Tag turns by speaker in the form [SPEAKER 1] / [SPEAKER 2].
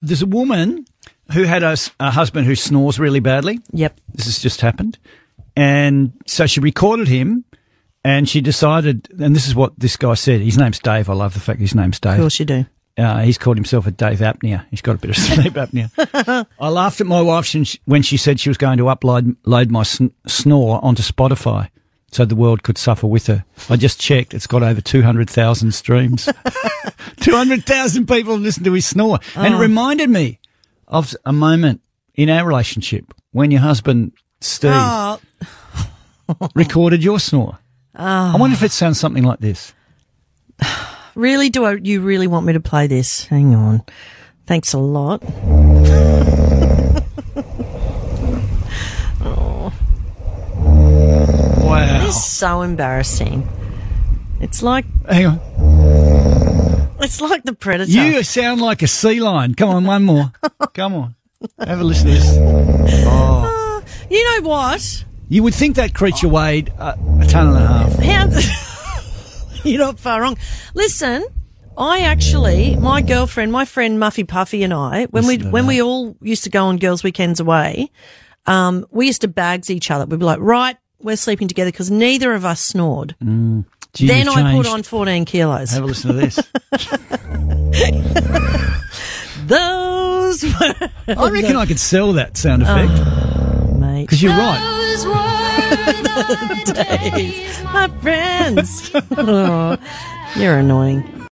[SPEAKER 1] there's a woman who had a, s- a husband who snores really badly.
[SPEAKER 2] Yep.
[SPEAKER 1] This has just happened. And so she recorded him and she decided, and this is what this guy said. His name's Dave. I love the fact his name's Dave.
[SPEAKER 2] Of course you do.
[SPEAKER 1] Uh, he's called himself a Dave apnea. He's got a bit of sleep apnea. I laughed at my wife when she, when she said she was going to upload load my sn- snore onto Spotify so the world could suffer with her. I just checked. It's got over 200,000 streams. 200,000 people listen to his snore. And it reminded me of a moment in our relationship when your husband, Steve,
[SPEAKER 2] Oh,
[SPEAKER 1] recorded your snore. I wonder if it sounds something like this.
[SPEAKER 2] really? Do I, you really want me to play this? Hang on. Thanks a lot.
[SPEAKER 1] Wow.
[SPEAKER 2] It's so embarrassing. It's like
[SPEAKER 1] Hang on.
[SPEAKER 2] it's like the predator.
[SPEAKER 1] You sound like a sea lion. Come on, one more. Come on. Have a listen to this.
[SPEAKER 2] You know what?
[SPEAKER 1] You would think that creature weighed uh, a ton and a half.
[SPEAKER 2] How You're not far wrong. Listen, I actually, my girlfriend, my friend Muffy Puffy, and I, when we
[SPEAKER 1] Listen to
[SPEAKER 2] when
[SPEAKER 1] that.
[SPEAKER 2] we all used to go on girls' weekends away, um, we used to bags each other. We'd be like, right, we're sleeping together because neither of us snored.
[SPEAKER 1] Gee,
[SPEAKER 2] then
[SPEAKER 1] you've
[SPEAKER 2] I put
[SPEAKER 1] changed.
[SPEAKER 2] on 14 kilos.
[SPEAKER 1] Have a listen to this.
[SPEAKER 2] Those were,
[SPEAKER 1] I reckon I could sell that sound effect
[SPEAKER 2] mate.
[SPEAKER 1] because you're right.
[SPEAKER 2] my friends. You're annoying.